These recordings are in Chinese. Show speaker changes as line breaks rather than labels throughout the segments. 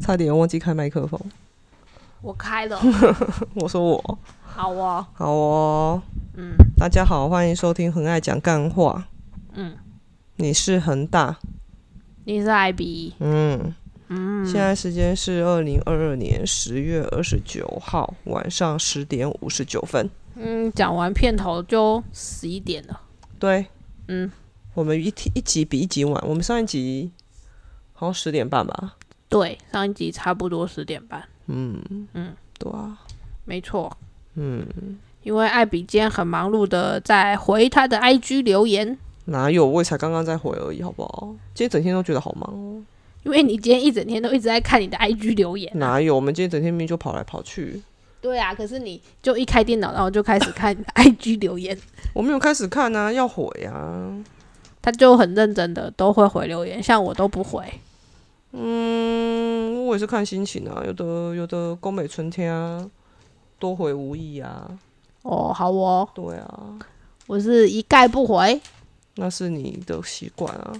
差点忘记开麦 克风。
我开了，
我说我
好哦，
好哦，
嗯
大家好，欢迎收听《很爱讲干话》。
嗯，
你是恒大，
你是 IB，
嗯，
嗯，
现在时间是二零二二年十月二十九号晚上十点五十九分。
嗯，讲完片头就十一点了，
对，
嗯，
我们一一集比一集晚，我们上一集好像十点半吧？
对，上一集差不多十点半，
嗯
嗯，
对啊，
没错，
嗯，
因为艾比今天很忙碌的在回他的 IG 留言，
哪有？我也才刚刚在回而已，好不好？今天整天都觉得好忙
啊
哦。
因为你今天一整天都一直在看你的 IG 留言、啊，
哪有？我们今天整天明明就跑来跑去，
对啊，可是你就一开电脑，然后就开始看 IG 留言，
我没有开始看啊，要回啊。
他就很认真的都会回留言，像我都不回，
嗯，我也是看心情啊，有的有的宫美春天啊，多回无益啊，
哦，好哦，
对啊，
我是一概不回，
那是你的习惯啊。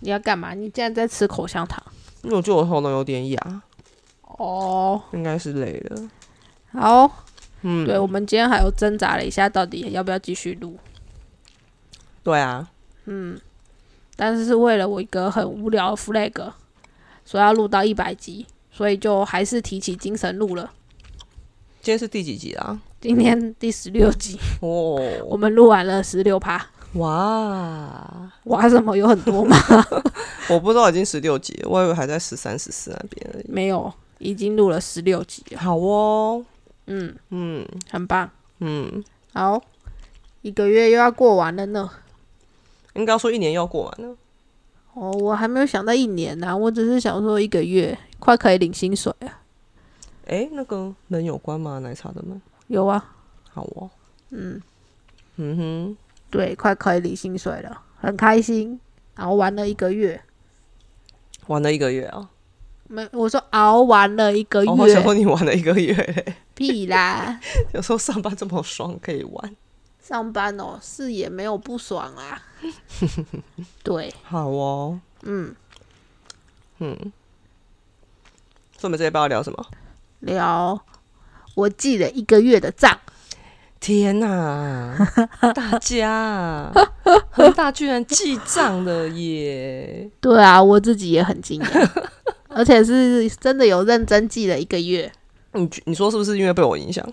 你要干嘛？你竟然在吃口香糖。
因为我觉得我喉咙有点哑，
哦，
应该是累了。
好，
嗯，
对我们今天还有挣扎了一下，到底要不要继续录？
对啊，
但是是为了我一个很无聊的 flag，说要录到一百集，所以就还是提起精神录了。
今天是第几集啊？
今天第十六集，
哦，
我们录完了十六趴，
哇，
哇，什么有很多吗？
我不知道已经十六集了，我以为还在十三、十四那边而已。
没有，已经录了十六集了，
好哦，
嗯，
嗯
很棒。
嗯，
好，一个月又要过完了呢。
应该说一年要过完了。
哦，我还没有想到一年呢、我只是想说一个月快可以领薪水啊。
诶，那个门有关吗？奶茶的门？
有啊，
好哦，
嗯。
嗯哼，
对，快可以领薪水了，很开心。熬完了一个月，
玩了一个月啊，
没，我说熬完了一个
哦我
月，
想说你玩了一个月嘞，
屁啦！
有时候上班这么爽可以玩，
上班哦，是也没有不爽啊。对，
好哦，
嗯，
嗯，所以我们这一班要聊什么？
聊我记了一个月的账，
天哪、 大家 啊，恒大居然记账了耶！
对啊，我自己也很惊讶，而且是真的有认真记了一个月，
你你说是不是因为被我影响？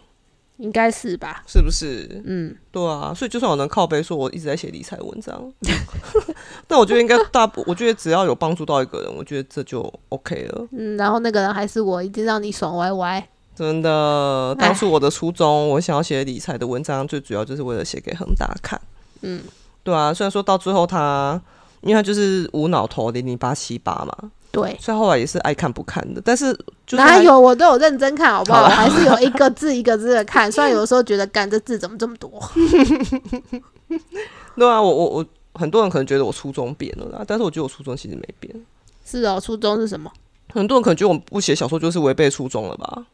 应该是吧？
是不是？
嗯，
对啊，所以就算我能靠背说我一直在写理财文章， 但我觉得应该大部，我觉得只要有帮助到一个人，我觉得这就 OK 了。
嗯，然后那个人还是我，已经让你爽歪歪。
真的，当初我的初衷，我想要写理财的文章，最主要就是为了写给恒大看。
嗯，
对啊，虽然说到最后他，因为他就是无脑投零零八七八嘛，
对，
所以后来也是爱看不看的。但是就是
哪
还
有我都有认真看，好不啊好？
好
我还是有一个字一个字的 看，虽然有的时候觉得，干这字怎么这么多？
对啊，我我我很多人可能觉得我初衷变了啦，但是我觉得我初衷其实没变。
是哦，初衷是什么？
很多人可能觉得我们不写小说就是违背初衷了吧？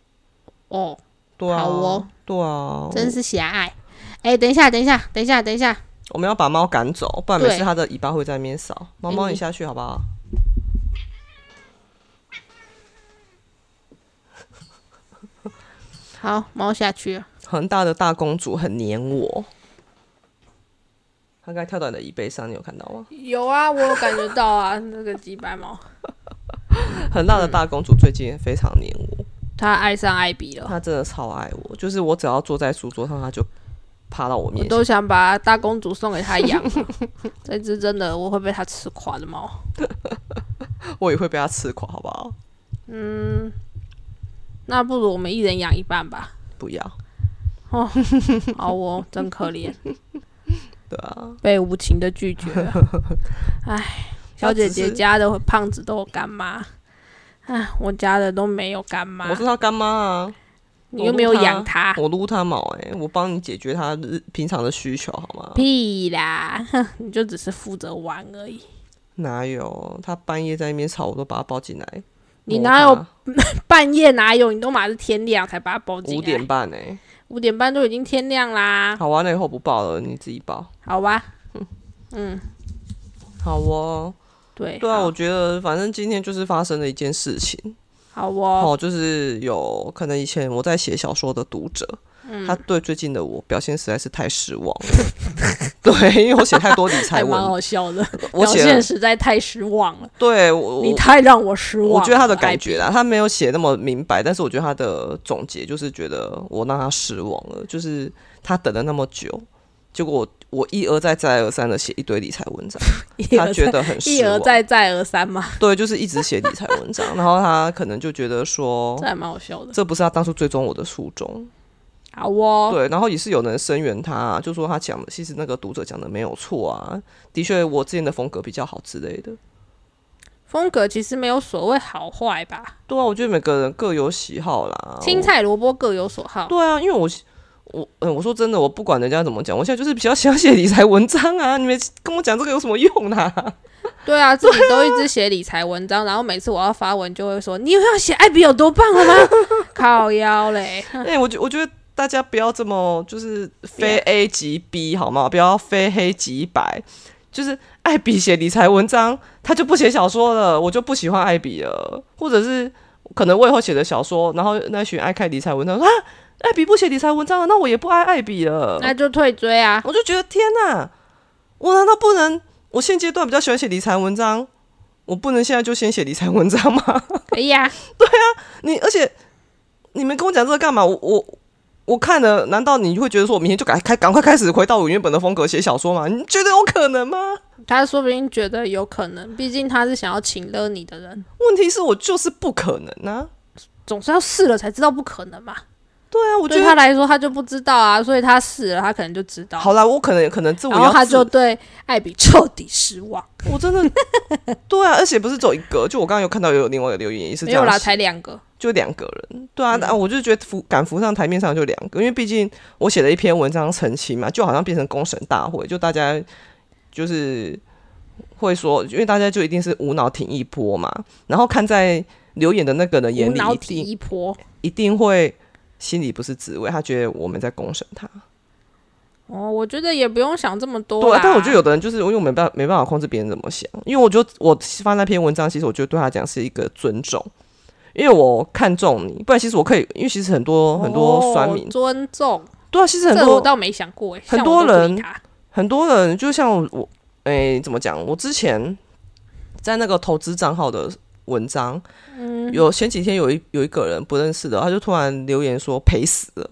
哦，
对啊，
好哦
对啊，
真是狭隘。哎、等一下，等一下，等一下，等一下，
我们要把猫赶走，不然每次
对
它的尾巴会在那边扫。猫猫，
嗯
你下去好不好？
好，猫下去了。
恒大的大公主很黏我，她刚才跳到你的椅背上，你有看到吗？
有啊，我有感觉到啊， 那个几百毛，
恒大的大公主最近也非常黏我，
他爱上艾比了，
她真的超爱我，就是我只要坐在书桌上，她就趴到我
我
面前。
都想把大公主送给他养 了。这只真的我会被他吃垮的猫。
我也会被她吃垮，好不好？
嗯，那不如我们一人养一半吧。
不要，
好哦，真可怜，
对啊，
被无情的拒 绝了。小姐姐家的胖子都有干妈，唉，我家的都没有干妈啊
我。是她干妈啊，
你又没有养它，
我撸她毛哎、我帮你解决她日平常的需求好吗？
屁啦！ 哼，你就只是负责玩而已。
哪有？她半夜在那边吵，我都把她抱进来。
你
摸
哪
她
有半夜哪有？你都马是天亮才把它包进来。
五点，半哎、
五点半都已经天亮啦。
好啊，那以后不抱了，你自己抱。
好吧，嗯，
好哦，
对，
对啊，
哎好
我觉得反正今天就是发生了一件事情，
好哦，
哦，就是有可能以前我在写小说的读者，
嗯
他对最近的我表现实在是太失望了。 对，因为我写太多理
还
财
蛮
文，
好笑的，
我
表
写
现
了
实在太失望了，
对我
你
我
太让我失望了。
我觉得他的感
艾
觉啦，他没有写那么明白，但是我觉得他的总结就是觉得我让他失望了，就是他等了那么久，结果我我一而再再而三的写一堆理财文章，
比一
他
而
觉
再
得很
一
失
而
望。
再再而三嘛，
对，就是一直写理财文章，然后他可能就觉得说
这，还蛮好笑的。
这不是他当初追踪我的初衷。
好哦，
对，然后也是有人声援他、啊就说他讲的，其实那个读者讲的没有错啊，的确我之前的风格比较好之类的。
风格其实没有所谓好坏吧，
对啊，我觉得每个人各有喜好啦。
青菜萝卜各有所好。
对啊，因为我我嗯，我说真的，我不管人家怎么讲，我现在就是比较喜欢写理财文章啊。你们跟我讲这个有什么用啊？
对啊，自己都一直写理财文章，然后每次我要发文就会说：“你又要写艾比有多棒了吗？” 靠腰嘞，
哎、我觉我觉得大家不要这么就是非 A 即 B 好吗？不要非黑即白。就是艾比写理财文章，他就不写小说了，我就不喜欢艾比了，或者是可能我以后写的小说，然后那群爱看理财文章说啊，艾比不写理财文章了，那我也不爱艾比了。
那就退追啊！
我就觉得天哪，我难道不能？我现阶段比较喜欢写理财文章，我不能现在就先写理财文章吗？
可以啊，
你而且你们跟我讲这个干嘛？我我我看了，难道你会觉得说我明天就赶开赶快开始回到我原本的风格写小说吗？你觉得有可能吗？
他说不定觉得有可能，毕竟他是想要请了你的人，
问题是我就是不可能啊！
总是要试了才知道不可能嘛。
对啊，我觉
对他
得
来说，他就不知道啊，所以他试了，他可能就知道。啊
好啦，我可能可能自我
然
要
后他
自
就对艾比彻底失望。
我真的 对啊，而且不是只有一个，就我刚刚有看到有另外一个留言也是这
没
样
有啦，
写
才两个。
就两个人，对
嗯
啊，那、我就觉得浮敢浮上台面上就两个，因为毕竟我写了一篇文章澄清嘛，就好像变成公审大会，就大家就是会说，因为大家就一定是无脑挺一波嘛，然后看在留言的那个人眼
无
里，
脑
一
体
定
一波
一定会心里不是滋味，他觉得我们在公审他，
哦，我觉得也不用想这么多
对、
啦。
啊，但我觉得有的人就是因为我没办法没办法控制别人怎么想，因为我觉得我发那篇文章，其实我觉得对他讲是一个尊重。因为我看中你，不然其实我可以，因为其实很多很多酸民
哦、尊重，
对啊，其实很
这我
多
倒没想过哎，
很
像我
多
都不理
人
他
很多人，就像我我，诶，怎么讲？我之前在那个投资账号的文章，
嗯
有前几天有一有一个人不认识的，他就突然留言说赔死了。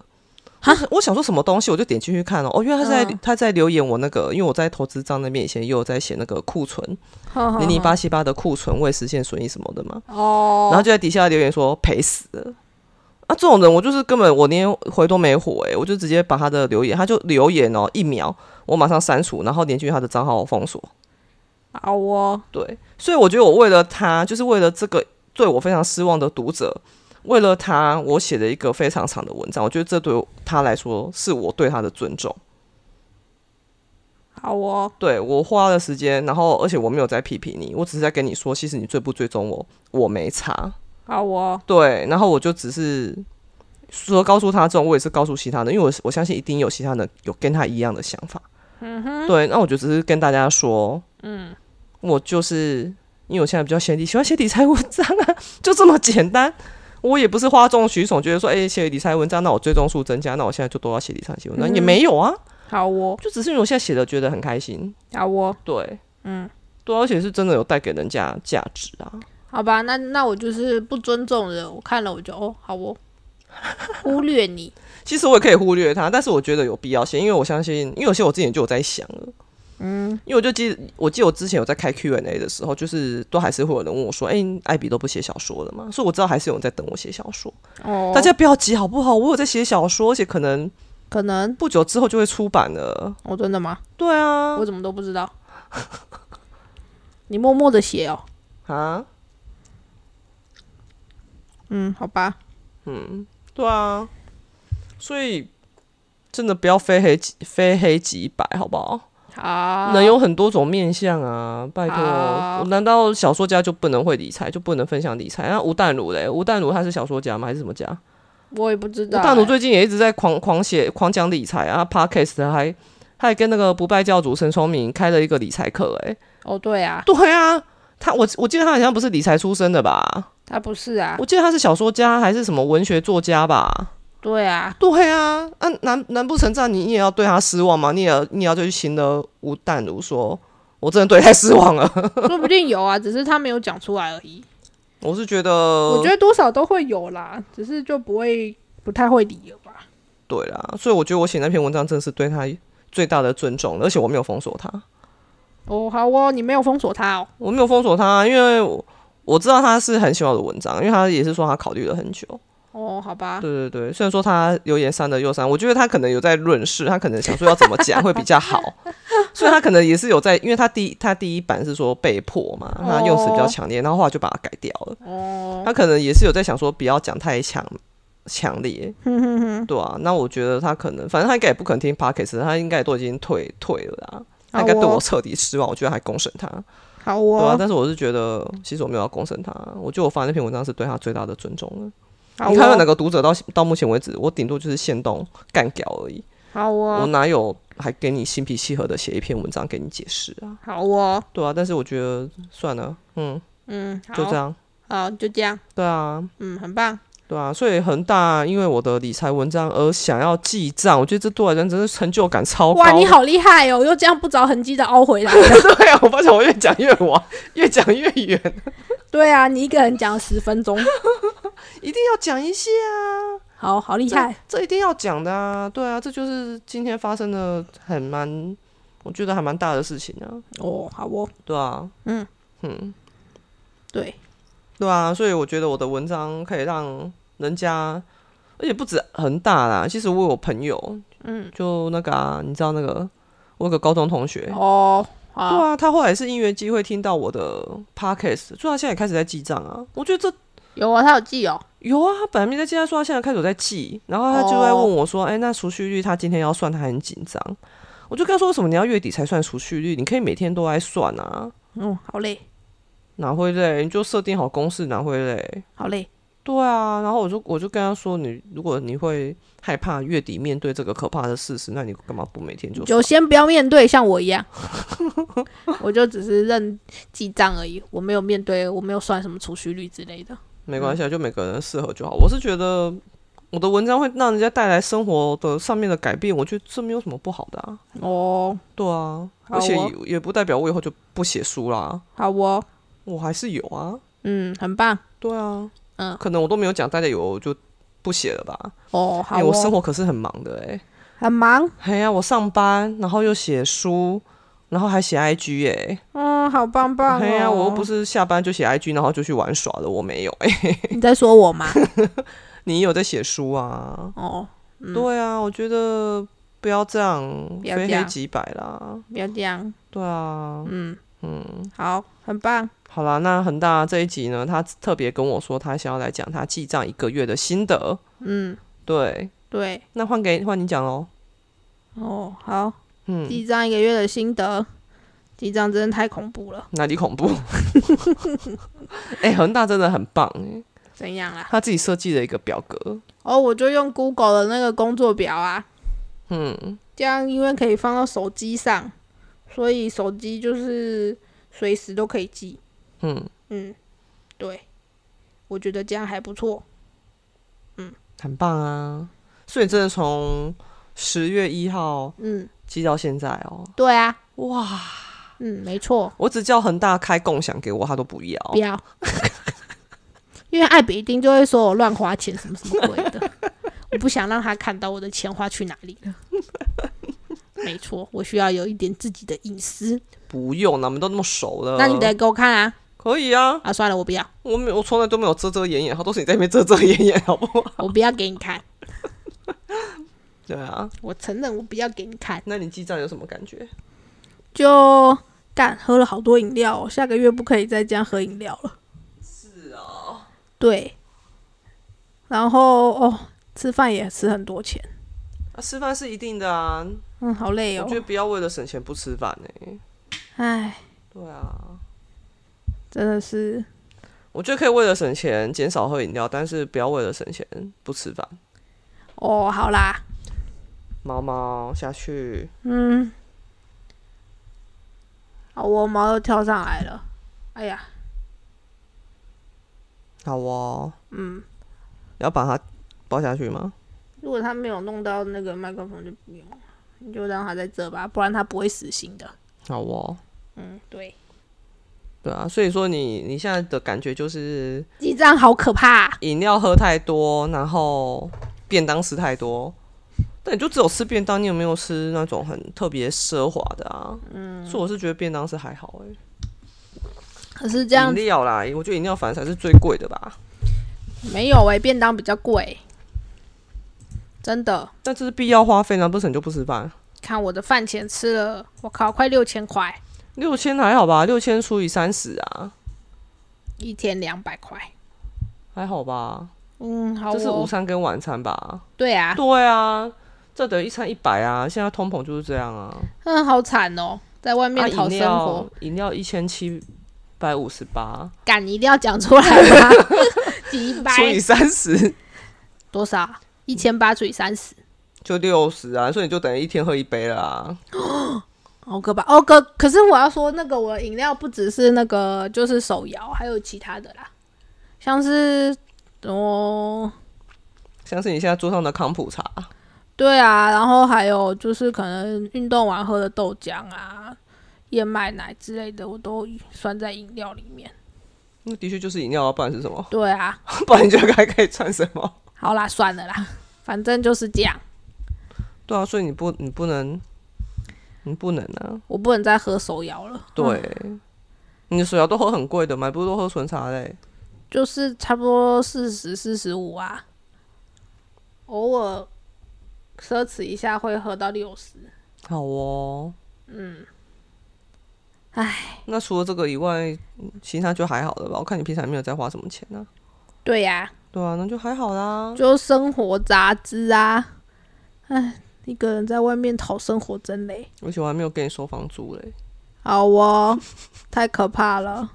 我想我想说什么东西，我就点进去看哦。哦，因为他在、
嗯
他在留言我那个，因为我在投资账那边以前也有在写那个库存
呵呵
零零
呵
八七八的库存未实现损益什么的嘛。
哦，
然后就在底下留言说赔死了。啊，这种人我就是根本我连回都没回、我就直接把他的留言，他就留言哦，一秒我马上删除，然后连续他的账号封锁。
好哦，
对，所以我觉得我为了他，就是为了这个对我非常失望的读者，为了他，我写了一个非常长的文章。我觉得这对他来说是我对他的尊重。
好哦，
对我花了时间，然后而且我没有在批评你，我只是在跟你说，其实你追不追踪我，我没差。
好哦，
对，然后我就只是说告诉他这种，我也是告诉其他人，因为我我相信一定有其他人有跟他一样的想法。嗯哼，对，那我就只是跟大家说，嗯，我就是因为我现在比较写理，喜欢写理财文章啊，就这么简单。我也不是哗众取宠，觉得说，哎、写理财文章，那我追踪数增加，那我现在就都要写理财文章，也没有啊，
好哦，
就只是因为我现在写的觉得很开心，
好哦，
对，嗯，对啊，而且是真的有带给人家价值啊，
好吧，那那我就是不尊重人，我看了我就哦，好哦，忽略你，
其实我也可以忽略它，但是我觉得有必要写，因为我相信，因为有些我之前就有在想了。嗯，因为我就记，我记得我之前有在开 Q&A 的时候，就是都还是会有人问我说：“哎、艾比都不写小说了嘛？”所以我知道还是有人在等我写小说。
哦，
大家不要急好不好？我有在写小说，而且可能
可能
不久之后就会出版了。
我、哦、真的吗？
对啊
我，怎么都不知道，你默默的写哦，
啊，
嗯，好吧，
对啊，所以真的不要非黑即非黑即白，好不好？
好，
能有很多种面相啊，拜托
好，
难道小说家就不能会理财，就不能分享理财？那吴淡如嘞？吴淡如他是小说家吗？还是什么家？
我也不知
吴
道、
淡如
欸，
最近也一直在狂狂写、狂讲理财啊，podcast 还他还跟那个不败教主陈崇明开了一个理财课，哎，
哦，对啊，
对啊，他我我记得他好像不是理财出身的吧？
他不是啊
我，记得他是小说家还是什么文学作家吧？
对啊，
对啊，啊难难不成这样你你也要对他失望吗？你也要你也要就去行了吴淡如说，我真的对他失望了。
说不定有啊，只是他没有讲出来而已。
我是觉得，
我觉得多少都会有啦，只是就不会不太会理由吧。
对啦，所以我觉得我写那篇文章真的是对他最大的尊重了，而且我没有封锁他，
哦，好哦，你没有封锁他哦。
我没有封锁他，因为我我知道他是很喜欢我的文章，因为他也是说他考虑了很久。
哦，好吧，
对对对，虽然说他有点删的又删，我觉得他可能有在论事，他可能想说要怎么讲会比较 好，所以他可能也是有在，因为他第他第一版是说被迫嘛，他用词比较强烈，然后后来就把它改掉了。
哦，
他可能也是有在想说不要讲太强强烈，对啊。那我觉得他可能，反正他应该也不可能听 p o d c a s t 他应该也都已经退退了啊。他应该对我彻底失望，我觉得还公审他，
好
对啊。
哦，
但是我是觉得，其实我没有要公审他，啊我觉得我发那篇文章是对他最大的尊重了。
好
啊你看到哪
哦，
个读者到到目前为止，我顶多就是限动干掉而已，
好
啊我
哦，
哪有还给你心平气和的写一篇文章给你解释啊？
好哦，
对啊，但是我觉得算了，嗯，
嗯，好
就这，样，
好，就这样，
对啊，
嗯，很棒，
对啊，所以恒大因为我的理财文章而想要记账，我觉得这对我来讲真是成就感超高。
哇，你，好厉害哦，又这样不着痕迹的凹回 来了。
对啊，我发现我越讲越晚，越讲越远，
对啊，你一个人讲了十分钟，
一定要讲一些啊，
好好厉
这
害，
这一定要讲的啊，对啊，这就是今天发生的很蛮，我觉得还蛮大的事情啊，
哦，好哦，
对啊，
嗯
嗯。
对，
对啊，所以我觉得我的文章可以让人家，而且不止恒大啦，其实我有朋友，
嗯，
就那个啊，你知道那个，我有个高中同学，
哦，
对
好，
啊，他后来是因缘机会听到我的 podcast，所以他现在也开始在记账啊。我觉得这
有啊，他有记哦，
有啊，他本来没在记，他说他现在开始有在记，然后他就在
哦
问我说，哎、那储蓄率他今天要算，他很紧张。我就跟他说，为什么你要月底才算储蓄率？你可以每天都来算啊，
嗯，好嘞，
哪会累？你就设定好公式，哪会累？
好嘞，
对啊，然后我就我就跟他说，你如果你会害怕月底面对这个可怕的事实，那你干嘛不每天就
就
算
先不要面对，像我一样， 我就只是认记账而已，我没有面对，我没有算什么储蓄率之类的。
没
嗯
关系啊，就每个人适合就好。我是觉得我的文章会让人家带来生活的上面的改变，我觉得这没有什么不好的啊。
哦，
对啊，
好
而且
哦
也也不代表我以后就不写书啦，
好哦，
我还是有啊。
嗯，很棒，
对啊，
嗯
可能我都没有讲，大家有我就不写了吧？
哦，好
哎我生
哦，
活可是很忙的哎、
很忙，
哎呀、我上班，然后又写书，然后还写 IG 哎、
嗯，好棒棒、哦。
哎呀，我又不
是
是下班就写 IG，然后就去玩耍了，我没有。哎、
你在说我吗？
你有在写书啊？
哦， 嗯
对啊，我觉得不要这样
不要
非
这
黑
样
即白啦。
不要这样，
对啊，
嗯嗯，好，很棒，
好啦，那恒大这一集呢，他特别跟我说，他想要来讲他记账一个月的心得。
嗯，
对，
对，
那换给换你讲喽。
哦，好，
嗯，
记账一个月的心得，记账真的太恐怖了，
哪里恐怖？ 哎、恒大真的很棒，哎
怎样啊啦？
他自己设计了一个表格。
哦，我就用 Google 的那个工作表啊，
嗯，
这样因为可以放到手机上，所以手机就是随时都可以记。
嗯，
嗯，对，我觉得这样还不错。
很棒啊。所以真的从十月一号
嗯，
记到现在哦，
对啊，
哇！
嗯，没错，
我只叫恒大开共享给我，他都不要。
不要， 因为艾比一定就会说我乱花钱什么什么鬼 的，我不想让他看到我的钱花去哪里了。没错，我需要有一点自己的隐私。
不用，我们都那么熟了。
那你得给我看啊！
可以啊，
啊，算了，我不要，
我没有我从来都没有遮遮掩掩，他都是你在那边遮遮掩掩，好不好？
我不要给你看，
对啊，
我承认我不要给你看。
那你记账有什么感觉？
就干喝了好多饮料、哦，下个月不可以再这样喝饮料了。
是啊，
对，然后哦，吃饭也吃很多钱，
啊，吃饭是一定的啊，
嗯，好累
我
哦
觉，得不要为了省钱不吃饭呢、
唉，
对啊，
真的是，
我觉得可以为了省钱减少喝饮料，但是不要为了省钱不吃饭。
哦，好啦，
猫猫下去，
嗯，哦好，我毛又跳上来了，哎呀，
好哦，嗯，要把它包下去吗？
如果他没有弄到那个麦克风，就不用，你就让他在这吧，不然他不会死心的。
好哦，
嗯，对，
对啊，所以说你你现在的感觉就是
记账好可怕、啊
饮料喝太多，然后便当吃太多。但你就只有吃便当，你有没有吃那种很特别奢华的啊？嗯，所以我是觉得便当是还好哎、
可是这样
饮料啦，我觉得饮料反正才是最贵的吧。
没有诶、便当比较贵，真的。
但这是必要花费，难不成你就不吃饭？
看我的饭钱吃了，我靠，快六千块，
六千还好吧？六千除以三十啊，
一天两百块。
还好吧？
嗯，好
这是午
哦。
餐跟晚餐吧？
对啊，
对啊，这等于一餐一百啊。现在通膨就是这样啊。
嗯，好惨哦，在外面
啊
讨
饮
生活
料，饮料一千七百五十八
敢一定要讲出 来吗？几百
除以三十
多少？一千八除以三十，
就六十啊，所以你就等于一天喝一杯了啊。
好可怕！哦哥，可是我要说，那个我的饮料不只是那个，就是手摇，还有其他的啦，像是哦，
像是你现在桌上的康普茶，
对啊，然后还有就是可能运动完喝的豆浆啊、燕麦奶之类的，我都算在饮料里面。
那的确就是饮料啊，不然是什么？
对啊，
不然你觉得还可以算什么？
好啦，算了啦，反正就是这样，
对啊，所以你不你不能，你不能啊。
我不能再喝手摇了。
对，你的手摇都喝很贵的，买不如都喝纯茶嘞。
就是差不多四十、四十五啊，偶尔奢侈一下会喝到六十。
好哦，
嗯，
那除了这个以外，嗯其他就还好了吧？我看你平常也没有在花什么钱呢、啊。
对呀、
对啊，那就还好啦。
就生活杂志啊，唉，一个人在外面讨生活真累。
而且我还没有给你收房租嘞。
好哦，太可怕了。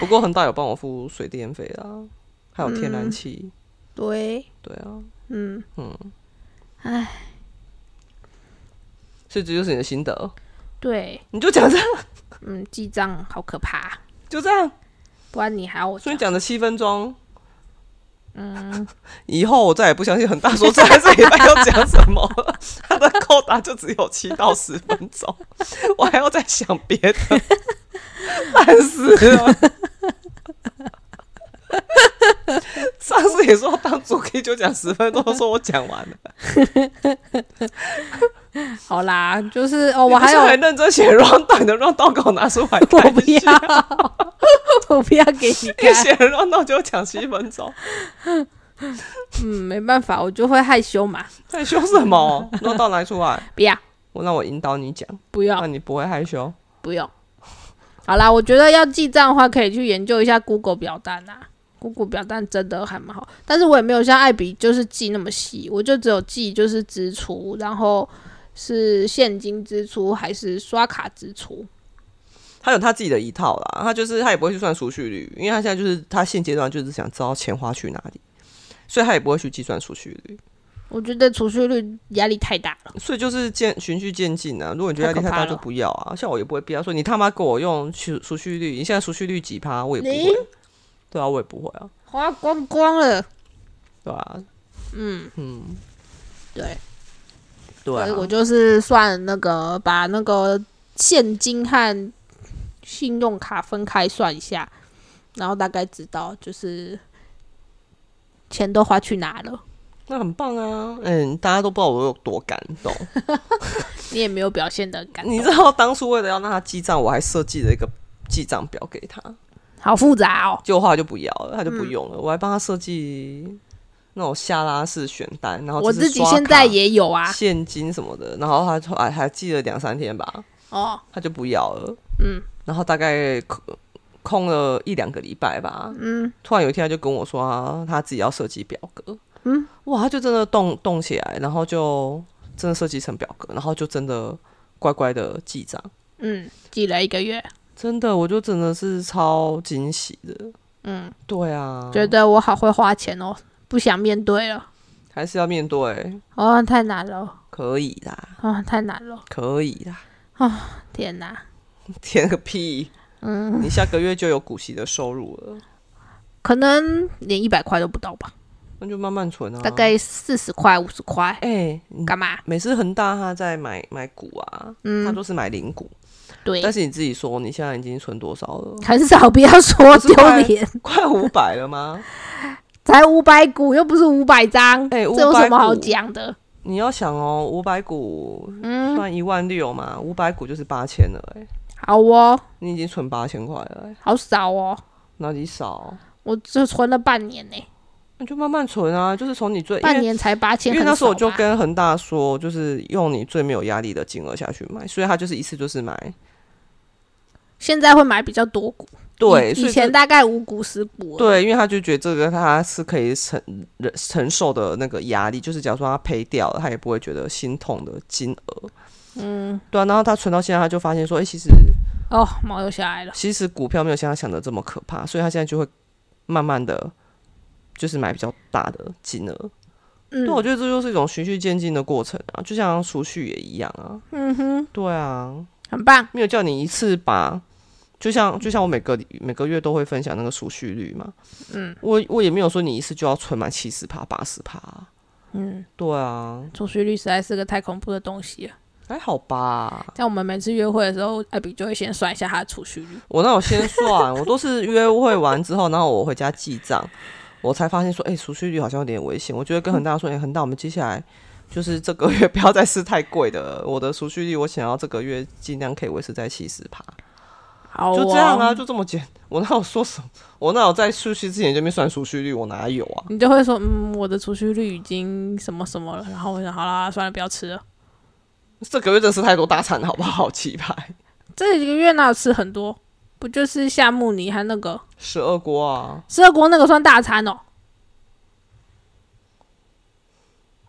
不过恒大有帮我付水电费啦，还有天然气。
对，
对啊，
嗯，
所以这就是你的心得。哦
对，
你就讲这样，
嗯，记账好可怕，啊
就这样。
不然你还要我
所以
讲
你讲的七分钟。嗯， 以后我再也不相信恒大说这这礼拜要讲什么了， 他的扣打就只有七到十分钟， 我还要再想别的， 烦死了。 上次也说当主 K 就讲十分钟，说我讲完了，
好啦， 就是哦，我
你不
还
是
有，
很认真写 round down 的 round down 给我拿出来看一下，
我不 要，我不要给你
一
看。
写 round down 就讲七分钟，
嗯，没办法，我就会害羞嘛。
在凶什么？round down 拿出来，
不要，
我让我引导你讲。
不要
那，你不会害羞？
不用。好啦，我觉得要记账的话，可以去研究一下 Google 表单啊。Google 表单真的还蛮好，但是我也没有像艾比就是记那么细，我就只有记就是支出，然后是现金支出还是刷卡支出。
他有他自己的一套啦，他就是他也不会去算储蓄率，因为他现在就是他现阶段就是想知道钱花去哪里，所以他也不会去计算储蓄率，
我觉得储蓄率压力太大了，
所以就是渐循序渐进啊。如果你觉得压力太
太可怕
大，
了
就不要啊。像我也不会逼他说你他妈给我用储储蓄率，你现在储蓄率几趴，我也不
零
会。对啊，我也不会啊，
花光光了。
对啊，
嗯
嗯，
对，
对
所以我
啊，
就是算那个把那个现金和信用卡分开算一下，然后大概知道就是钱都花去哪了。
那很棒啊。嗯，大家都不知道我有多感动。
你也没有表现的感
你
动，
知道当初为了要让他记账，我还设计了一个记账表给他。
好复杂哦。
结果后来就不要了，他就不用了。
嗯
我还帮他设计那种下拉式选单，然后
我
哦就是
自己
刷
现在
卡
也有啊。
现金什么的，然后他后来还记了两三天吧，
哦，
他就不要了。
嗯，
然后大概空空了一两个礼拜吧，
嗯，
突然有一天他就跟我说他他自己要设计表格，嗯，哇，他就真的动动起来，然后就真的设计成表格，然后就真的乖乖的记账。
嗯，记了一个月，
真的，我就真的是超惊喜的。
嗯，
对啊，
觉得我好会花钱哦，不想面对了，
还是要面对。
哦，太难了，哦
可以啦，
啊、太难了，
可以啦，
天哪，
填个屁！
嗯，
你下个月就有股息的收入了，
可能连一百块都不到吧，
那就慢慢存啊。
大概四十块、五十块，
哎、你
干嘛？
每次恒大他在买买股啊，他
嗯，
都是买零股，
对，
但是你自己说你现在已经存多少了？
很少，不要说
是
丢
快
脸，
快五百了吗？
才五百股，又不是五百张，
哎
这有什么
500
好
股
讲的？
你要想哦，五百股
嗯，
算一万六嘛，五百股就是八千了、欸，
好哦，
你已经存八千块了、欸，
好少哦，
哪里少？
我只存了半年呢、
那就慢慢存啊，就是从你最因
半
为
年才八千，
因为那时候我就
很少吧
跟恒大说，就是用你最没有压力的金额下去买，所以他就是一次就是买，
现在会买比较多股，
对，
以
所
以
以
前
这
大概五股十股而已，
对，因为他就觉得这个他是可以承忍承受的那个压力，就是假如说他赔掉了，他也不会觉得心痛的金额，
嗯，
对啊，然后他存到现在，他就发现说，哎、其实
哦，毛又下来了，
其实股票没有像他想的这么可怕，所以他现在就会慢慢的。就是买比较大的金额，
嗯
对，我觉得这就是一种循序渐进的过程啊，就像储蓄也一样啊，
嗯哼，
对啊，
很棒，
没有叫你一次把，就像就像我每个每个月都会分享那个储蓄率嘛，
嗯，
我我也没有说你一次就要存满七十趴八十趴，
嗯，
对啊，
储蓄率实在是个太恐怖的东西了。
还好吧，
像我们每次约会的时候，艾比就会先算一下他的储蓄率，
我那我先算， 我都是约会完之后，然后我回家记账，我才发现说，哎、储蓄率好像有点危险，我觉得跟恒大说，哎、恒大，我们接下来。就是这个月不要再吃太贵的了，我的储蓄率我想要这个月尽量可以维持在七十趴，
好、哦，
就这样啊，，就这么简。 我哪有说什么？我哪有在储蓄之前这边算储蓄率？我哪有啊？
你就会说，嗯，我的储蓄率已经什么什么了，然后我想，好啦，算了，不要吃了。
这个月真是太多大餐了，好不好？ 好气 派，
这几个月哪有吃很多？不就是夏目尼和那个
十二锅啊！
十二锅那个算大餐哦。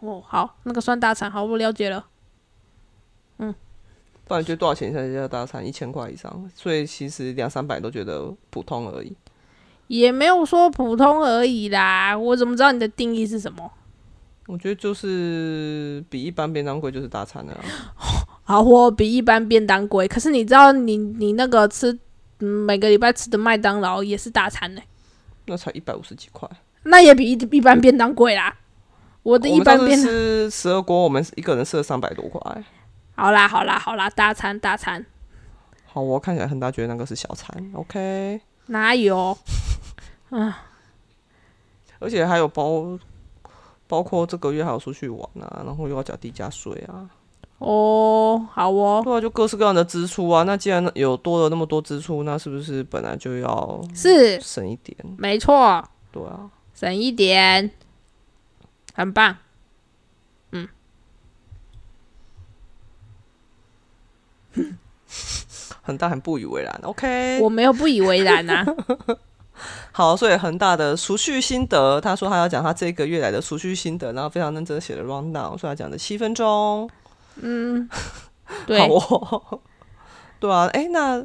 哦，好，那个算大餐，好，我了解了。
不然觉得多少钱才叫大餐？一千块以上，所以其实两三百都觉得普通而已。
也没有说普通而已啦，我怎么知道你的定义是什么？
我觉得就是比一般便当贵就是大餐了、啊。
好，我比一般便当贵，可是你知道你你那个吃、嗯每个礼拜吃的麦当劳也是大餐呢、
那才一百五十几块。
那也比一一般便当贵啦。我的
我
一
们
般
上次
便当，
吃十二锅，我们一个人吃了三百多块。
好啦好啦好啦，大餐大餐
好，我看起来很大，觉得那个是小餐。OK，
哪有？
而且还有包，包括这个月还有出去玩啊，然后又要缴地价税啊。
哦，好哦，
对啊，就各式各样的支出啊。那既然有多了那么多支出，那是不是本来就要
是
省一点？
没错，
对啊，
省一点，很棒。
恒大很不以为然。OK，
我没有不以为然啊 呐、
好，所以恒大的储蓄心得，他说他要讲他这个月来的储蓄心得，然后非常认真地写了 round down，所以他讲的七分钟，
嗯，
好
对，
哦。 对啊，哎，那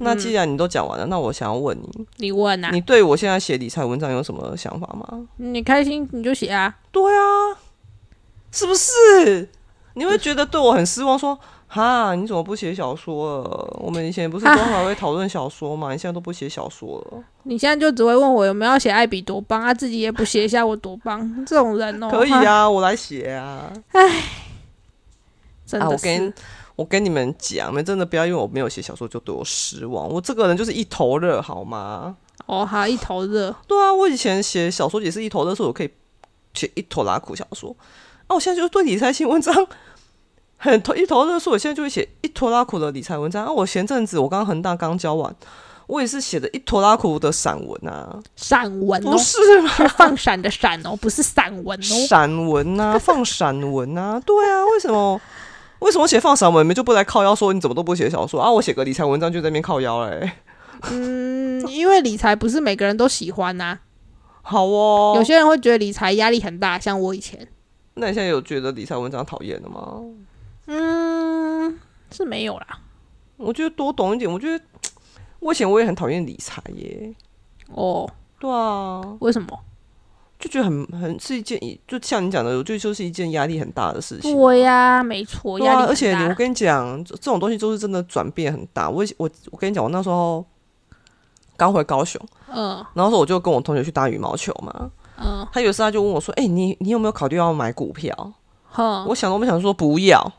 那
嗯
既然你都讲完了，那我想要问你，
你问呐、
你对我现在写理财文章有什么想法吗？
你开心你就写啊。
对啊，是不是？你会觉得对我很失望，说哈，你怎么不写小说了？我们以前不是都还会讨论小说嘛，你现在都不写小说了。
你现在就只会问我有没有要写艾比多邦，他、自己也不写一下我多邦， 这种人哦，
可以
哈，
啊，我来写啊。
真
啊，我
的是，
跟我跟你们讲，你们真的不要因为我没有写小说就对我失望。我这个人就是一头热，好吗？
哦，好一头热，
对啊，我以前写小说也是一头热，所以我可以写一头拉苦小说。啊，我现在就是对理财新文章很头一头热，所以我现在就会写一头拉苦的理财文章。啊，我前阵子我刚恒大刚教完，我也是写的一头拉苦的散文啊，
散文哦
不，是吗？
是放闪的闪哦，不是散文哦。
散文 啊，放散文啊，对啊，为什么？为什么写放散文，你们就不来靠腰说你怎么都不写小说啊？我写个理财文章就在那边靠腰嘞、哎
嗯，因为理财不是每个人都喜欢呐、
好哦，
有些人会觉得理财压力很大，像我以前，
那你现在有觉得理财文章讨厌的吗？
嗯，是没有啦。
我觉得多懂一点，我觉得我以前我也很讨厌理财耶。
哦，
对啊，
为什么？
就觉得很很是一件，就像你讲的，我觉得就是一件压力很大的事情。
对呀、啊没错，
对
压力
啊，
很大。
而且你我跟你讲，这这种东西就是真的转变很大。我以前我我跟你讲，我那时候刚回高雄，
嗯
然后说我就跟我同学去打羽毛球嘛。
嗯，
他有一次他就问我说：“哎、你你有没有考虑要买股票？”
哼，
我想都没想说不要，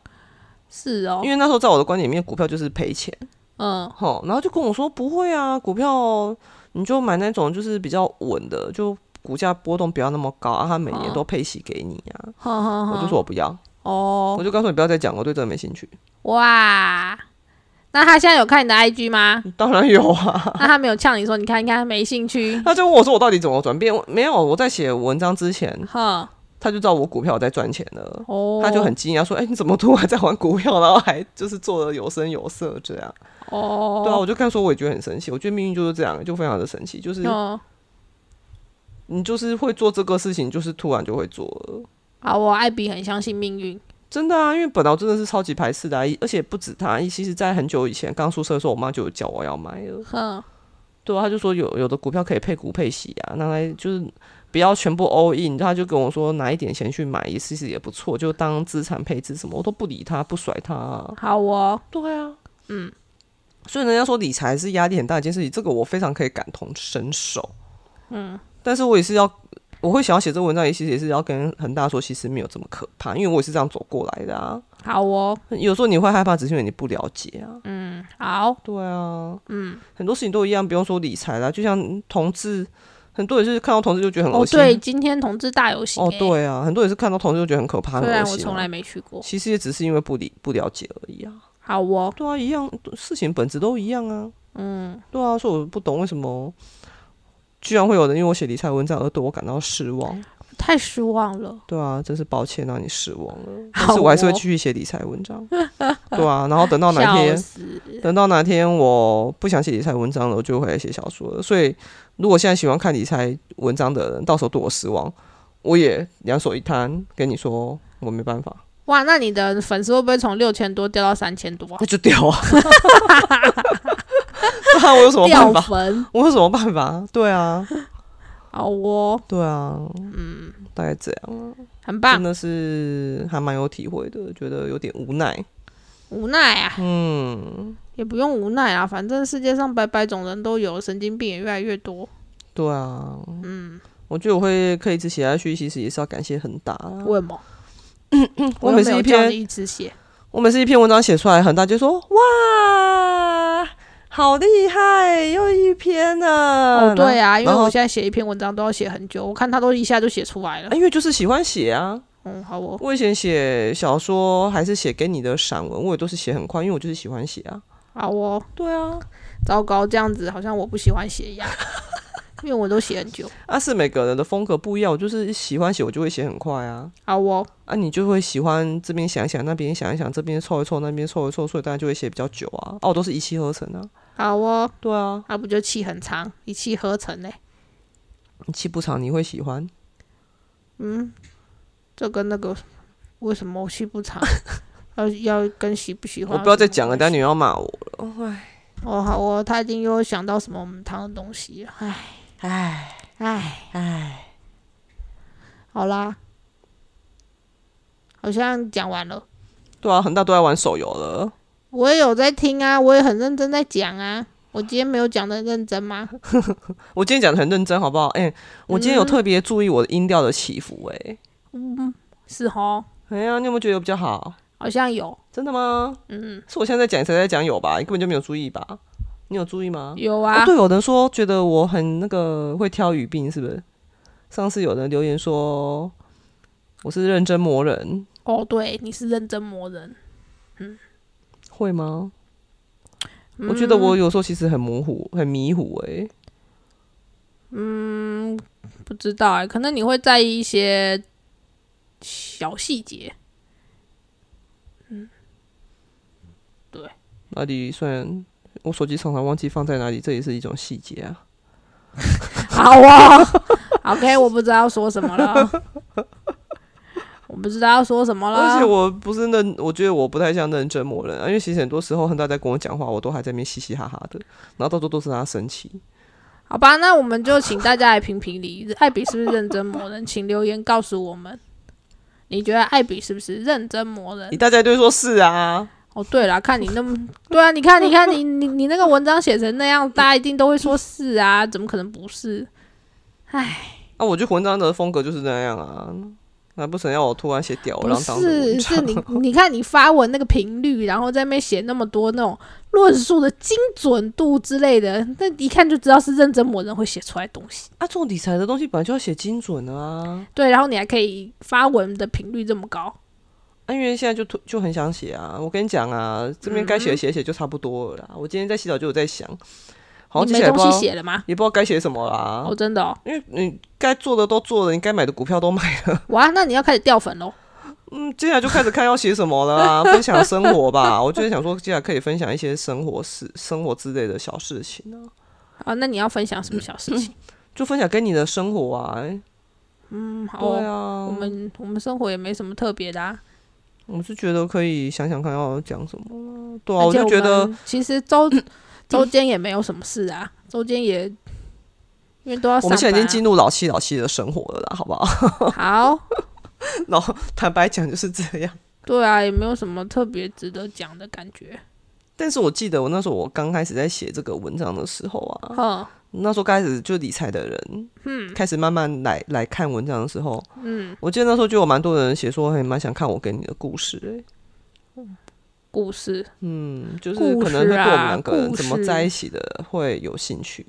是哦
因，为那时候在我的观点里面，股票就是赔钱。
嗯
吼，然后就跟我说不会啊，股票你就买那种就是比较稳的，就股价波动不要那么高啊，它每年
哦
都配息给你啊。
哼哼哼，
我就说我不要，我
哦，
就告诉你不要再讲，我对这个没兴趣。
哇，那他现在有看你的 IG 吗？
当然有啊，
那他没有呛你说，你看，你看，他没兴趣，
他就问我说我到底怎么转变？我没有，我在写文章之前，
哼，
他就知道我股票有在赚钱了。
哦，
他就很惊讶说：“哎、你怎么突然在玩股票，然后还就是做的有声有色这样？”
哦，
对啊，我就跟他说，我也觉得很神奇。我觉得命运就是这样，就非常的神奇，就是
嗯，
你就是会做这个事情，就是突然就会做了。
好哦，我艾比很相信命运，
真的啊，因为本来我真的是超级排斥的、啊，而且不止他，其实在很久以前刚出社的时候，我妈就有叫我要买了。
哼，
对啊，她就说有有的股票可以配股配息啊，拿来就是不要全部 all in。她就跟我说拿一点钱去买，其实也不错，就当资产配置什么，我都不理她，不甩她、啊。
好哦，
对啊，嗯，所以人家说理财是压力很大的一件事情，这个我非常可以感同身受。嗯，但是我也是要，我会想要写这文章，也其实也是要跟恒大说，其实没有这么可怕，因为我也是这样走过来的啊。
好哦，
有时候你会害怕，只是因为你不了解啊。
嗯，好，
对啊，
嗯，
很多事情都一样，不用说理财啦。就像同志，很多也是看到同志就觉得很
哦，
恶心。
对，今天同志大游行、
哦
欸，，
对啊，很多也是看到同志就觉得很可怕、很
虽
恶
然我
心
从
啊。
来没去过，
其实也只是因为不理不了解而已啊。
好哦，
对啊，一样事情本质都一样啊。
嗯，
对啊，所以我不懂为什么居然会有人因为我写理财文章而对我感到失望。
太失望了，
对啊，真是抱歉让你失望了。但
好
是我还是会
哦
继续写理财文章。 对啊，然后等到哪
笑
天
死，
等到哪天我不想写理财文章了，我就会来写小说了。所以，如果现在喜欢看理财文章的人，到时候对我失望，我也两手一摊，跟你说我没办法，
哇，那你的粉丝会不会从六千多掉到三千多啊、
那就掉啊！ 那我有什么办
掉
法？
粉，
我有什么办法？对啊，
好哦，
对啊，嗯，大概这样，
很
真
棒，
的是还蛮有体会的，觉得有点无奈。
无奈啊，
嗯，
也不用无奈啊，反正世界上百百种人都有，神经病也越来越多，
对啊，嗯，我觉得我会可以一直写下去，其实也是要感谢恒大啊。
为什么？
嗯我每
又没
次
有
一
叫
篇
你一直写，
我每次一篇文章写出来，很大就说哇，好厉害，又一篇呢。
哦，对啊，因为
嗯然后
我现在写一篇文章都要写很久，我看他都一下就写出来了
啊，。因为就是喜欢写啊。
嗯，好哦，
我以前写小说还是写给你的散文，我也都是写很快，因为我就是喜欢写啊。
好哦，
对啊，
糟糕，这样子好像我不喜欢写 一样，因为我都写很久。
啊是每个人的风格不一样，我就是喜欢写，我就会写很快啊。
好哦，
啊，你就会喜欢这边想一想，那边想一想，这边凑一凑，那边凑一凑，所以大家就会写比较久啊。哦、我都是一气呵成啊。
好哦，
对啊，
那不就气很长，一气呵成嘞？
一气不长你会喜欢，
嗯，这跟那个为什么气不长， 要要跟喜不喜欢
我
有什么关系？
不要再讲了，啊等下你又要骂我了。
哦，好哦，他一定又想到什么我们糖的东西了，唉
唉
唉，
唉。
好啦，好像讲完了。
对啊，恒大都在玩手游了。
我也有在听啊，我也很认真在讲啊。我今天没有讲的认真吗？
我今天讲的很认真，好不好？哎、我
嗯
今天有特别注意我的音调的起伏、哎、
是哦，
哎呀，你有没有觉得有比较好？
好像有，
真的吗？
嗯，
是我现在在讲，谁在讲有吧？你根本就没有注意吧？你有注意吗？
有啊
哦，，对，有人说觉得我很那个会挑语病，是不是？上次有人留言说我是认真磨人，
哦，对，你是认真磨人。
会吗？
嗯
我觉得我有时候其实很模糊，很迷糊、哎，
嗯不知道哎、可能你会在意一些小细节。
那里虽然我手机常常忘记放在哪里，这也是一种细节啊。
好哦 ，OK，我不知道说什 么了，我不知道说什么
而且
了。
我不是认，我觉得我不太像认真磨人啊，因为其实很多时候恒大在跟我讲话，我都还在那边嘻嘻哈哈的，然后到处都是他生气。
好吧，那我们就请大家来评评理，艾比是不是认真磨人？请留言告诉我们，你觉得艾比是不是认真磨人
你？大家就会说是啊，
哦，对啦，看你那么 对啊，你看，你看你你你那个文章写成那样，大家一定都会说是啊，怎么可能不是？唉，
啊，我觉得文章的风格就是那样啊，难不成要我突然写屌
不
让当的文
是，
章？
是你 你看你发文那个频率，然后在那边写那么多那种论述的精准度之类的，那一看就知道是认真某人会写出来的东西。
啊，这种理财的东西本来就要写精准啊，
对，然后你还可以发文的频率这么高，
啊，因为现在就突就很想写啊。我跟你讲啊，这边该
嗯
写的写一写就差不多了啦。我今天在洗澡就有在想，好像接
你没
下来不知
东西
道啊
写了吗？
也不知道该写什么啦。
哦，真的哦，
因为你该做的都做了，你该买的股票都买了，
哇，那你要开始掉粉喽。
嗯，接下来就开始看要写什么了啊，分享生活吧。我就是想说，接下来可以分享一些生活事、生活之类的小事情啊，
啊，那你要分享什么小事情？
就分享跟你的生活啊。欸
嗯，好
对啊，
哦、我们我们生活也没什么特别的啊。
我是觉得可以想想看要讲什么了。对啊，
而
我
且
就觉得嗯
们其实周周间也没有什么事啊，周间也因为都要
我
上班啊、
们现在已经进入老七老七的生活了啦，好不 好？
好，
然后坦白讲就是这样。
对啊，也没有什么特别值得讲的感觉。
但是我记得我那时候我刚开始在写这个文章的时候啊，
哼，
那时候开始就理财的人，嗯，开始慢慢来来看文章的时候，
嗯，
我记得那时候就有蛮多人写说，还蛮想看我给你的故事、欸
故事
嗯，就是
故
可能会
事
对我们
啊
两个人
故
怎么
事
在一起的会有兴趣。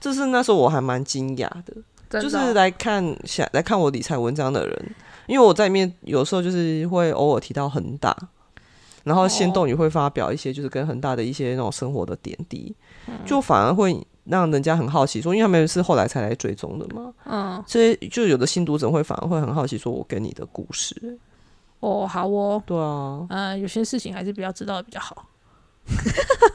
这是那时候我还蛮惊讶的，
真的
就
哦、
是来看想来看我理财文章的人，因为我在里面有时候就是会偶尔提到恒大，然后先
哦
动也会发表一些就是跟恒大的一些那种生活的点滴，
嗯
就反而会让人家很好奇说，因为他们是后来才来追踪的嘛，
嗯，
所以就有的新读者会反而会很好奇说，我跟你的故事，
哦，好哦，
对啊，
嗯、有些事情还是不要知道的比较好。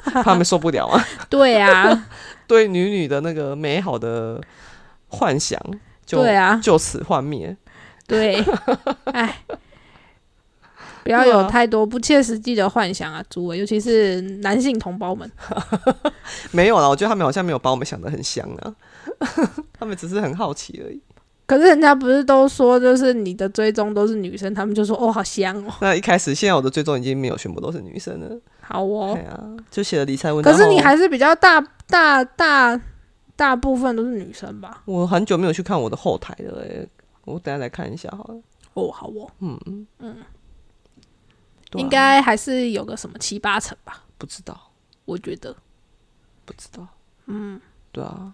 怕他们受不了啊，
对啊，
对女女的那个美好的幻想就
对啊，
就此幻灭，
对， 哎，不要
啊
有太多不切实际的幻想啊，诸位，尤其是男性同胞们。
没有啦，我觉得他们好像没有把我们想的很像啊， 他们只是很好奇而已。
可是人家不是都说，就是你的追踪都是女生，他们就说哦，好香哦，
那一开始，现在我的追踪已经没有全部都是女生了，
好 哦
对。啊，就写了理财文章
可
后。
是你还是比较大大大大部分都是女生吧？
我很久没有去看我的后台了、欸，我等下来看一下好了。
哦，好哦，
嗯嗯，对啊
应该还是有个什么七八成吧，
不知道，
我觉得。
不知道。嗯，对啊。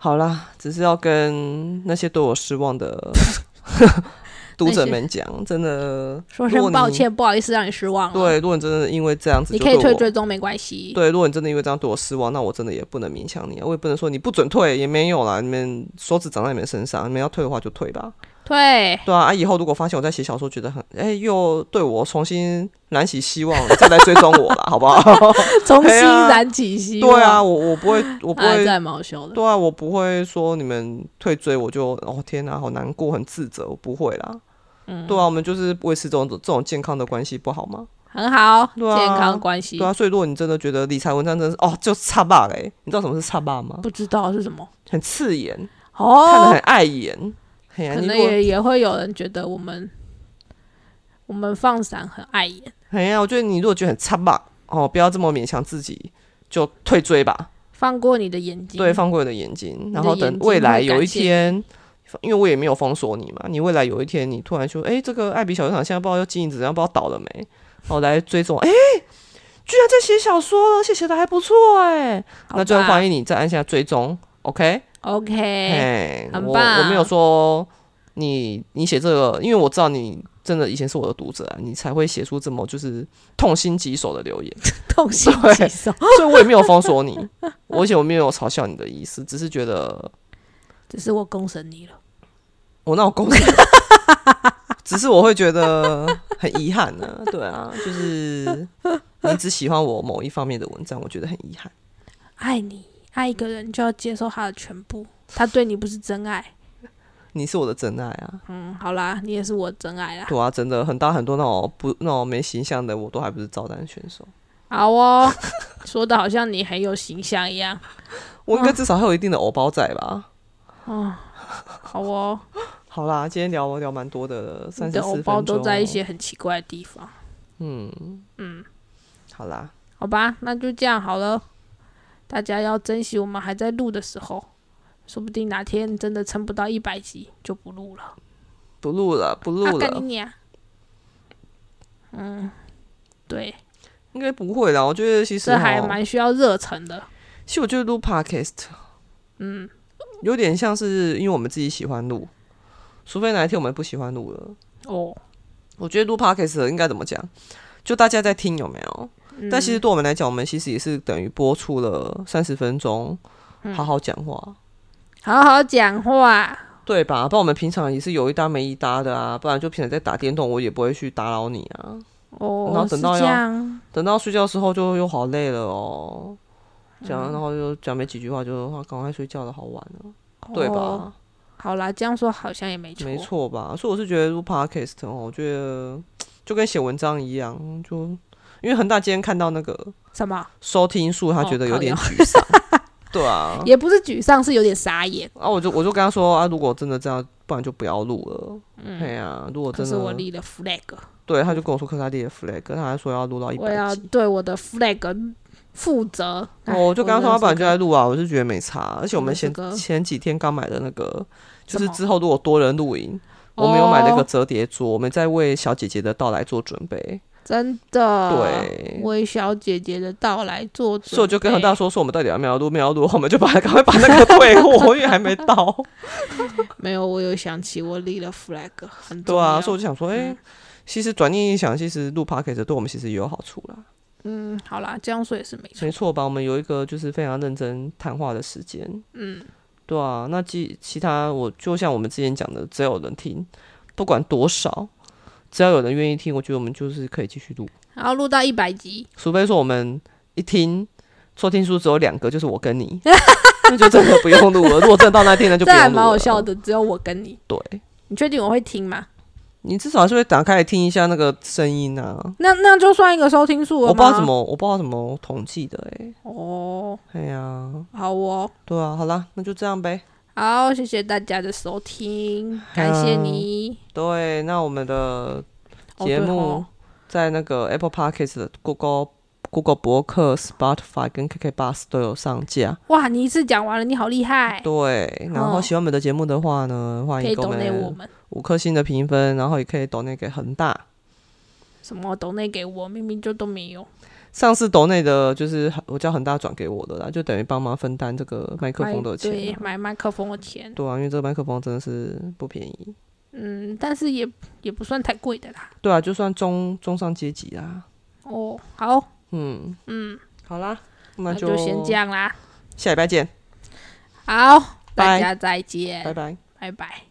好啦，只是要跟那些对我失望 的读者们讲，真的
说
如果
声
你
抱歉，不好意思让你失望了。
对，如果你真的因为这样子
哦你
就
可
对
以
我，
退追踪没关系。
对，如果你真的因为这样对我失望，那我真的也不能勉强你啊，我也不能说你不准退，也没有啦，你们手指长在你们身上，你们要退的话就退吧。
对，
对啊，啊以后如果发现我在写小说，觉得很哎、又对我重新燃起希望，再来追踪我啦，好不好？
重新
哎呀
燃起 希望。
对啊，，我我不会，我不
哎，
会，
在蛮好笑的。
对啊，我不会说你们退追我就哦天哪、好难过，很自责，我不会啦。
嗯
对啊，我们就是维持这种这种健康的关系不好吗？
很好，
对啊
健康关系。
对啊，所以如果你真的觉得理财文章真的是哦，就差霸嘞，你知道什么是差霸吗？
不知道是什么
很刺眼，看得
哦
很，碍眼。嘿呀、
可
你
能
如果
也也会有人觉得我们我们放闪很碍眼，
嘿呀、我觉得你如果觉得很差霸哦，不要这么勉强自己，就退追吧。
放过你的眼睛。
对，放过我的眼睛，然后
眼
等
睛
未
会
来有
感
一
谢
天，因为我也没有封锁你嘛，你未来有一天你突然说，哎、这个艾比小剧场现在不知道要经营怎样，不知道倒了没，我来追踪，哎、居然在写小说了，而且写的还不错哎、
好吧，
那就欢迎你再按下追踪，OK？
OK，
哎、
很
我我没有
棒
说你你写这个，因为我知道你真的以前是我的读者、啊，你才会写出这么就是痛心疾首的留言。
痛心疾首，
所以我也没有封锁 你，我而且我没有嘲笑你的意思，只是觉得
只是我攻审你了。
我那有 公司，只是我会觉得很遗憾呢、对啊，就是你只喜欢我某一方面的文章，我觉得很遗憾。
爱你，爱一个人就要接受他的全部，他对你不是真爱。
你是我的真爱啊，
嗯，好啦，你也是我的真爱啦。
对啊，真的很大很多那种不那种没形象的，我都还不是照单全收。
好哦， 说的好像你很有形象一样。
我应该至少还有一定的偶包在吧？
好哦，
好啦，今天聊聊蛮多的，三
你
十
的偶
四
包
分
都
钟，哦嗯
在一些很奇怪的地方。嗯
好啦，
好吧，那就这样好了。大家要珍惜我们还在录的时候，说不定哪天真的撑不到一百集就不录了。
不录了，不录
啊干
了，
你娘！嗯，对，
应该不会啦。我觉得其实
这还
齁
蛮需要热忱的。
其实我觉得录 podcast，
嗯，
有点像是因为我们自己喜欢录，除非哪一天我们不喜欢录了。
哦，
我觉得录 podcast 应该怎么讲？就大家在听有没有？
嗯
但其实对我们来讲，我们其实也是等于播出了三十分钟，
嗯
好好讲话，
好好讲话。
对吧？不然我们平常也是有一搭没一搭的啊，不然就平常在打电动，我也不会去打扰你啊。然
哦
后，
是
等到
这
要
样。
等到睡觉的时候就又好累了哦，
嗯
讲然后就讲没几句话就啊赶快睡觉了，好晚了，对吧？
哦好啦，这样说好像也没错。
没错吧？所以我是觉得录 podcast 哦，我觉得就跟写文章一样，就因为恒大今天看到那个
什么？
收听数，他
哦
觉得有
靠
点
腰
沮丧，对 啊。
也不是沮丧，是有点傻眼。
啊，我就我就跟他说啊，如果真的这样，不然就不要录了。对啊，如果
嗯可
真
是我
的，
立了 flag，
对，他就跟我说克拉蒂的 flag，他还说要录到一
我
百
要
集。
对我的 flag 负责。哎
哦，我就跟他说，
我
他
真的
本来
是
就在录啊，我是觉得没差，而且我们
真
前
的是个
前几天刚买的那个，就
什
是
么
之后如果多人露营，我们有买那个
哦
折叠桌，我们在为小姐姐的到来做准备。
真的，
对
为小姐姐的到来做准备，
所以我就跟恒大说说我们到底要不要录，没有要录，我们就把赶快把那个退货，因为还没 到。
没有，我有想起我立了 flag，很
对啊，所以我
重要
就想说，哎、
嗯
其实转念一想，其实录 podcast 对我们其实也有好处啦。
嗯，好啦，这样说也是没错，
没错吧？我们有一个就是非常认真谈话的时间。
嗯，
对啊，那其其他我就像我们之前讲的，只要有人听，不管多少，只要有人愿意听，我觉得我们就是可以继续录。
然后录到一百集，
除非说我们一听收听数只有两个，就是我跟 你，那就真的不用录了。如果真的到那天，那就
这
不用录
还
了。哦
蛮好笑。的，只有我跟你，
对，
你确定我会听吗？
你至少还是会打开来听一下那个声音啊。
那那样就算一个收听数了
我不知道怎
吗
么，我不知道怎么统计的哎、
哦，
欸。哎呀、
好哦，
对啊，好啦，那就这样呗。
好，谢谢大家的收
嗯
听，感谢你，
对，那我们的
哦
节
对
目
吼
在那个 Apple Podcast 的 Google Google 博客、Spotify 跟 KK Bus 都有上架。
哇，你一次讲完了，你好厉害，
对，然后
哦
喜欢我们的节目的话呢，欢
哎可
迎
以
给我
懂内我
们
们。
五颗星的评分，然后也可以抖内给恒大。
什么懂内给我，明明就都没有。
上次抖内的就是我叫恒大转给我的啦，就等于帮忙分担这个麦克风的钱
哎对，
啊。
买麦克风的钱，
对啊，因为这个麦克风真的是不便宜。
嗯，但是也也不算太贵的啦。
对啊，就算中中上阶级啦。
哦，好，
嗯，
嗯，
好啦，那
那
就
就先这，样啦。
下礼拜见，
好，大
拜
家再见，
拜拜。
拜拜